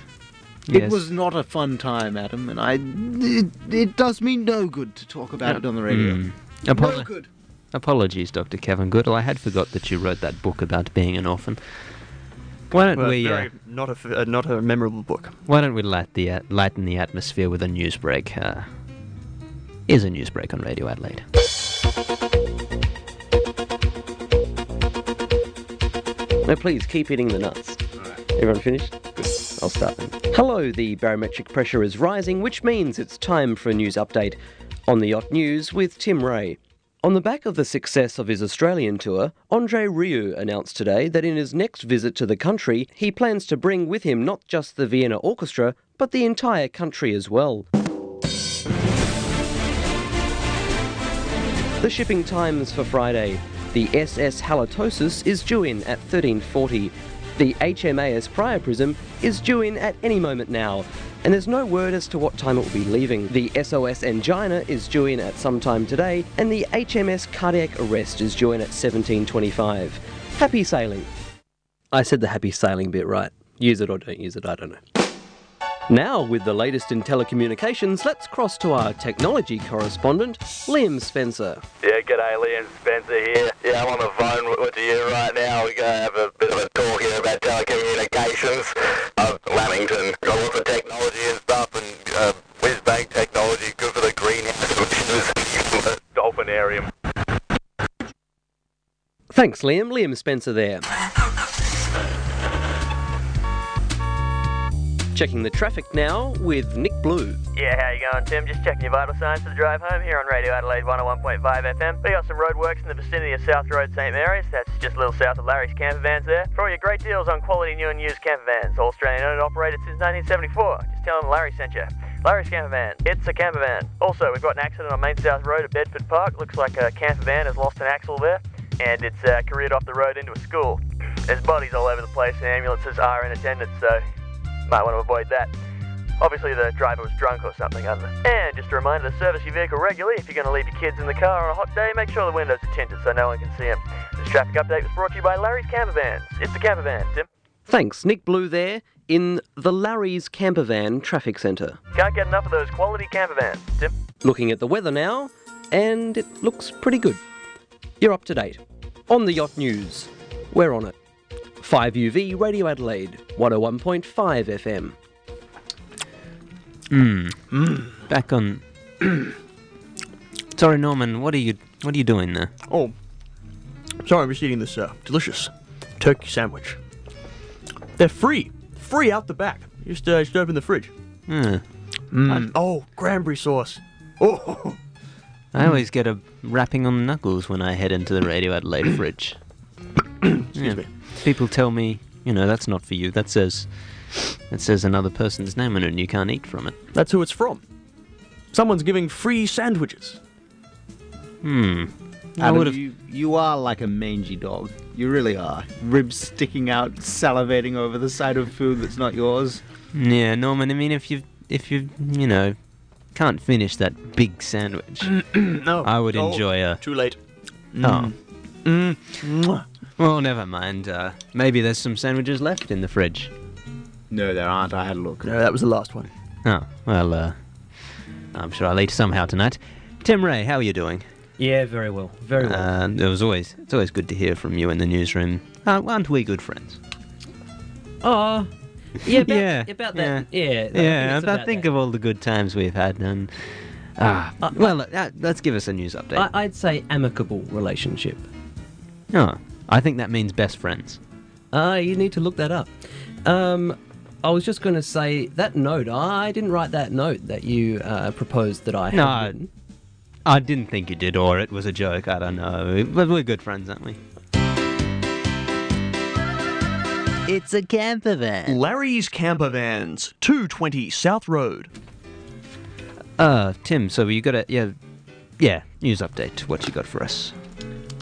It yes. was not a fun time, Adam, and I it, it does me no good to talk about it on the radio. Mm. No Apolo- good. apologies, Dr. Kevin Goodall. I had forgot that you wrote that book about being an orphan. Why don't Well, we uh, very- not a f- uh, not a memorable book. Why don't we light the, uh, lighten the atmosphere with a news break? Uh, here's a news break on Radio Adelaide. Now, please keep eating the nuts. Everyone finished? I'll start then. Hello, the barometric pressure is rising, which means it's time for a news update on the Yacht News with Tim Ray. On the back of the success of his Australian tour, Andre Rieu announced today that in his next visit to the country, he plans to bring with him not just the Vienna Orchestra, but the entire country as well. The shipping times for Friday. The SS Halitosis is due in at 1340. The HMAS Priaprism is due in at any moment now. And there's no word as to what time it will be leaving. The SOS Angina is due in at some time today, and the HMS Cardiac Arrest is due in at 1725. Happy sailing. I said the happy sailing bit right. Use it or don't use it, I don't know. Now, with the latest in telecommunications, let's cross to our technology correspondent, Liam Spencer. Yeah, g'day, Liam Spencer here. Yeah, I'm on the phone with- with you right now. We're going to have a bit of a talk here about telecommunications. Uh, Lamington, got lots of technology and stuff, and uh, whiz-bang technology, good for the greenhouse emissions, dolphinarium. Thanks, Liam. Liam Spencer there. Checking the traffic now with Nick Blue. Yeah, how you going, Tim? Just checking your vital signs for the drive home here on Radio Adelaide 101.5 FM. We got some roadworks in the vicinity of South Road St Mary's. That's just a little south of Larry's camper vans there. For all your great deals on quality new and used camper vans, all Australian owned and operated since 1974. Just tell them Larry sent you. Larry's camper van. It's a camper van. Also, we've got an accident on Main South Road at Bedford Park. Looks like a camper van has lost an axle there, and it's uh, careered off the road into a school. There's bodies all over the place, and ambulances are in attendance, so might want to avoid that. Obviously, the driver was drunk or something, other. And just a reminder to service your vehicle regularly. If you're going to leave your kids in the car on a hot day, make sure the windows are tinted so no one can see them. This traffic update was brought to you by Larry's Camper Vans. It's the camper van, Tim. Thanks, Nick Blue there in the Larry's Campervan Traffic Centre. Can't get enough of those quality camper vans, Tim. Looking at the weather now, and it looks pretty good. You're up to date. On the Yacht News. We're on it. 5UV Radio Adelaide, 101.5 FM. Back on. (coughs) sorry, Norman. What are you? What are you doing there? Oh, sorry, I'm just eating this uh, delicious turkey sandwich. They're free, free out the back. You Just, uh, just open the fridge. Hmm. And- oh, cranberry sauce. Oh, (laughs) I always get a rapping on the knuckles when I head into the Radio Adelaide (coughs) fridge. excuse me. People tell me, you know, that's not for you. That says, that says another person's name on it, and you can't eat from it. That's who it's from. Someone's giving free sandwiches. Hmm. I Adam, would have. You, you are like a mangy dog. You really are. Ribs sticking out, salivating over the side of food that's not yours. Yeah, Norman. I mean, if you, if you, you know, can't finish that big sandwich. No, I would oh, enjoy a- Too late. Oh. Mwah. Mm. Well, never mind. Uh, maybe there's some sandwiches left in the fridge. No, there aren't. I had a look. No, that was the last one. Oh, well, uh, I'm sure I'll eat somehow tonight. Tim Ray, how are you doing? Yeah, very well. Very well. Uh, it was always, it's always good to hear from you in the newsroom. Uh, aren't we good friends? oh, yeah, about, yeah, about that. Yeah, I think Yeah, it's I, about think that. of all the good times we've had, and ah, well, uh, let's give us a news update. I, I'd say amicable relationship. oh, I think that means best friends. Ah, Uh, you need to look that up. Um, I was just going to say that note. I didn't write that note that you uh, proposed that I had. No, written. I, I didn't think you did, or it was a joke. I don't know. But we're good friends, aren't we? It's a camper van. Larry's Camper Vans, 220 South Road. Uh, Tim. So you got a yeah, yeah. News update. What you got for us?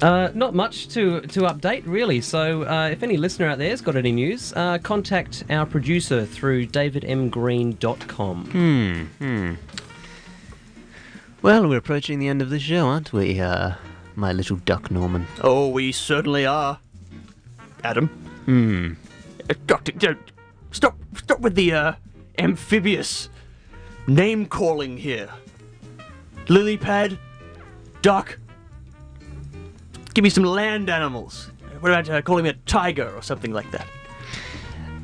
Uh, not much to, to update, really. So, uh, if any listener out there's got any news, uh, contact our producer through davidmgreen.com. Hmm. Hmm. Well, we're approaching the end of the show, aren't we? Uh, my little duck, Norman. Oh, we certainly are. Adam? Hmm. Uh, Doctor, don't- stop, stop with the uh, amphibious name calling here. Lilypad, duck. Give me some land animals. What about uh, calling me a tiger or something like that?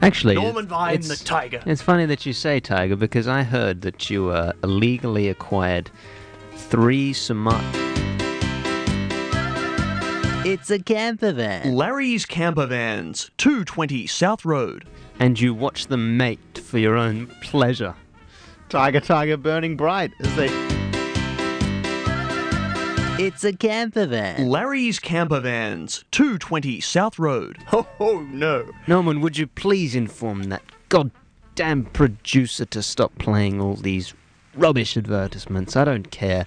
Actually, Norman Vine the it's- tiger. It's funny that you say tiger because I heard that you uh, illegally acquired three Sumatra. It's a camper van. Larry's Camper Vans, 220 South Road. and you watch them mate for your own pleasure. Tiger, tiger, burning bright. As they. It's a camper van. Larry's Camper Vans, 220 South Road. Oh, no. Norman, would you please inform that goddamn producer to stop playing all these rubbish advertisements? I don't care.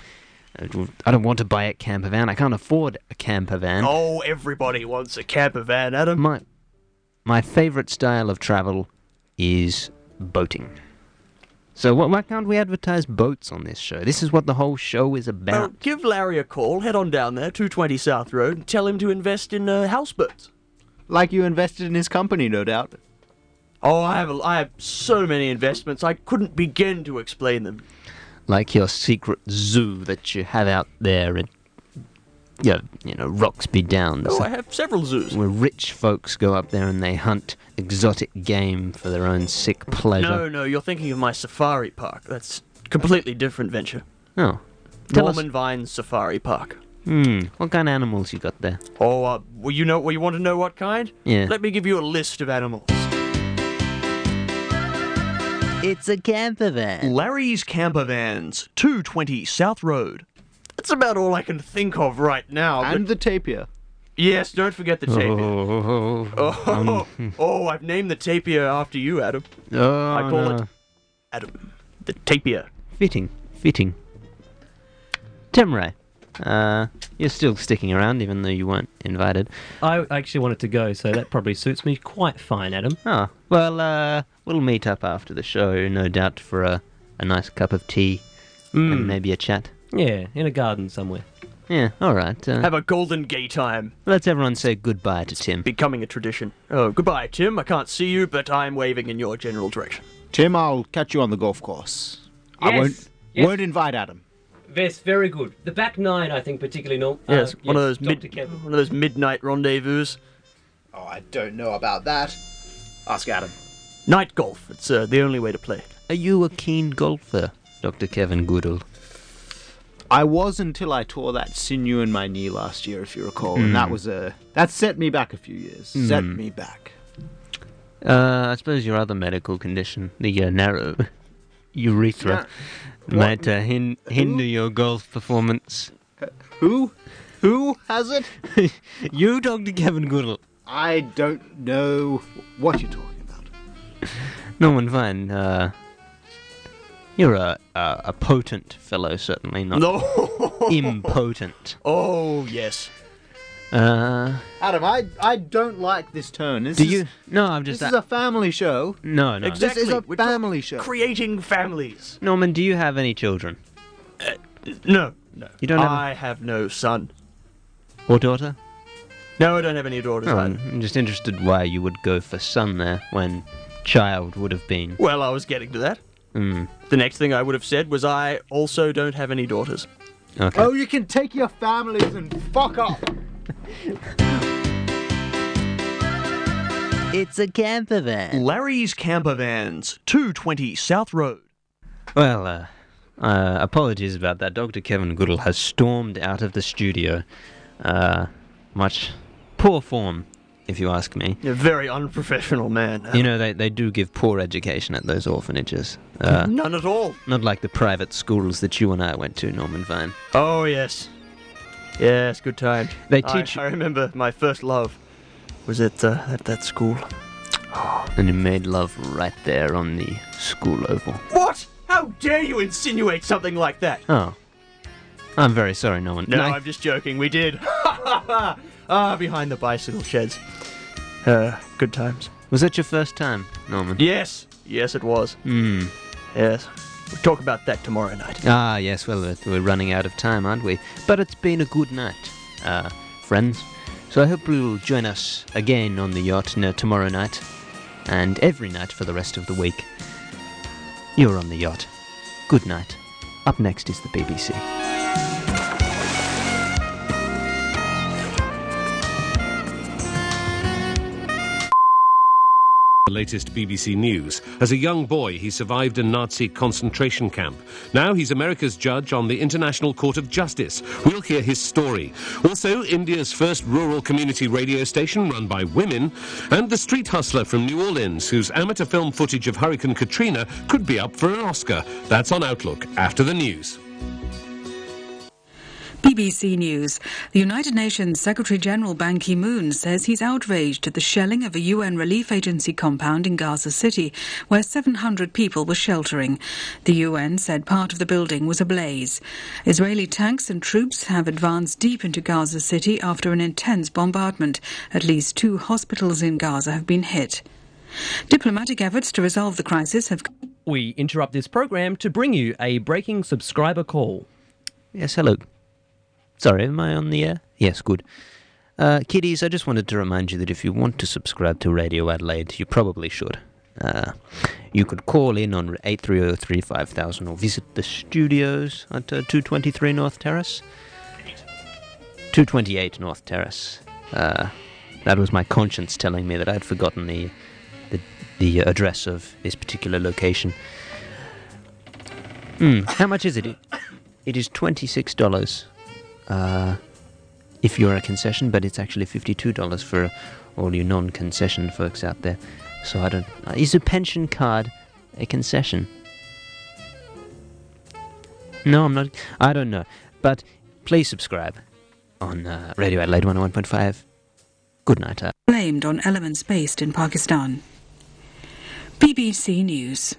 I don't want to buy a camper van. I can't afford a camper van. Oh, everybody wants a camper van, Adam. My, my favorite style of travel is boating. So wh- why can't we advertise boats on this show? This is what the whole show is Well, about. give Larry a call. Head on down there, 220 South Road, and tell him to invest in uh, houseboats. Like you invested in his company, no doubt. Oh, I have, a, I have so many investments, I couldn't begin to explain them. Like your secret zoo that you have out there in, you know, you know Roxby Downs. Oh, I have several zoos. Where rich folks go up there and they hunt exotic game for their own sick pleasure. No, no, you're thinking of my safari park. That's completely different venture. Oh. Tell us- Norman Vine Safari Park. Hmm. What kind of animals you got there? Oh, uh, well, you know, well, you want to know what kind? Yeah. Let me give you a list of animals. It's a camper van. Larry's Camper Vans, 220 South Road. That's about all I can think of right now. And the tapir. Yes, don't forget the tapir. Oh. (laughs) Oh, um, oh, I've named the tapir after you, Adam. oh, I call no. it Adam, the tapir. Fitting. Fitting. Temre. Uh, you're still sticking around even though you weren't invited. I actually wanted to go, so that probably suits me quite fine, Adam. Ah, well, uh, we'll meet up after the show, no doubt, for a, a nice cup of tea Mm. and maybe a chat. Yeah, in a garden somewhere. Yeah, all right. Uh, Have a golden gay time. let's everyone say goodbye to Tim. Becoming a tradition. Oh, goodbye, Tim. I can't see you, but I'm waving in your general direction. Tim, I'll catch you on the golf course. I Yes, won't. yes. Won't invite Adam. Yes, very good. The back nine, I think, particularly, Norm. Oh, Yes, one of those Dr. mid, one of those midnight rendezvous. Oh, I don't know about that. Ask Adam. Night golf. It's uh, the only way to play. Are you a keen golfer, Dr. Kevin Goodall? I was until I tore that sinew in my knee last year, if you recall, and that Mm. was a that set me back a few years. Set Mm. me back. Uh, I suppose your other medical condition, the uh, narrow (laughs) urethra, might uh, hin- hinder your golf performance. Who? Who has it? you, Dr. Kevin Goodall. I don't know what you're talking. Norman Vine, uh, you're a, a, a potent fellow, certainly not No. impotent. (laughs) Oh yes. Uh, Adam, I I don't like this turn. This do is, you? No, I'm just. this is a- a family show. no, no. This is a family show. Creating families. Norman, do you have any children? No, no. You don't have a- I have no son. Or daughter? No, I don't have any daughters. Oh, either. I'm just interested why you would go for son there when child would have been. Well, I was getting to that. Hmm. The next thing I would have said was I also don't have any daughters. Okay. Oh, you can take your families and fuck off. It's a camper Eh. van. Larry's Camper Vans, 220 South Road. Well, uh, uh, apologies about that. Dr. Kevin Goodall has stormed out of the studio. Uh, much poor form if you ask me. A very unprofessional man. You know, they, they do give poor education at those orphanages. Uh, None at all. Not like the private schools that you and I went to, Norman Vine. Oh yes, yes, good time. They I- teach- I, remember my first love was at uh, at that school. And you made love right there on the school oval. What? How dare you insinuate something like that? Oh. I'm very sorry, Norman. No, Ni- I'm just joking. We did. (laughs) ah, behind the bicycle sheds. Uh, good times. Was that your first time, Norman? Yes, yes, it was. Hmm. Yes. We'll talk about that tomorrow night. Ah, yes, well, we're- we're running out of time, aren't we? But it's been a good night, uh, friends. So I hope you'll join us again on the yacht no, tomorrow night, and every night for the rest of the week. You're on the yacht. Good night. Up next is the BBC. The latest BBC News. As a young boy, he survived a Nazi concentration camp. Now he's America's judge on the International Court of Justice. We'll hear his story. Also, India's first rural community radio station run by women, and the street hustler from New Orleans, whose amateur film footage of Hurricane Katrina could be up for an Oscar. That's on Outlook after the news. BBC News. The United Nations Secretary General Ban Ki moon says he's outraged at the shelling of a UN relief agency compound in Gaza City, where 700 people were sheltering. The UN said part of the building was ablaze. Israeli tanks and troops have advanced deep into Gaza City after an intense bombardment. At least two hospitals in Gaza have been hit. Diplomatic efforts to resolve the crisis have We interrupt this program to bring you a breaking subscriber call. Yes, hello. Sorry, am I on the air? Yes, good. Uh, kiddies, I just wanted to remind you that if you want to subscribe to Radio Adelaide, you probably should. Uh, you could call in on 8303 5000 or visit the studios at uh, 223 North Terrace. 228 North Terrace. Uh, that was my conscience telling me that I'd forgotten the, the, the address of this particular location. Hmm, how much is it? It- It is twenty-six dollars, uh, if you're a concession, but it's actually fifty-two dollars for all you non-concession folks out there. So I don't. Uh, is a pension card a concession? No, I'm not. I don't know. But please subscribe on uh, Radio Adelaide one hundred one point five. Good night. Uh. blamed on elements based in Pakistan. BBC News.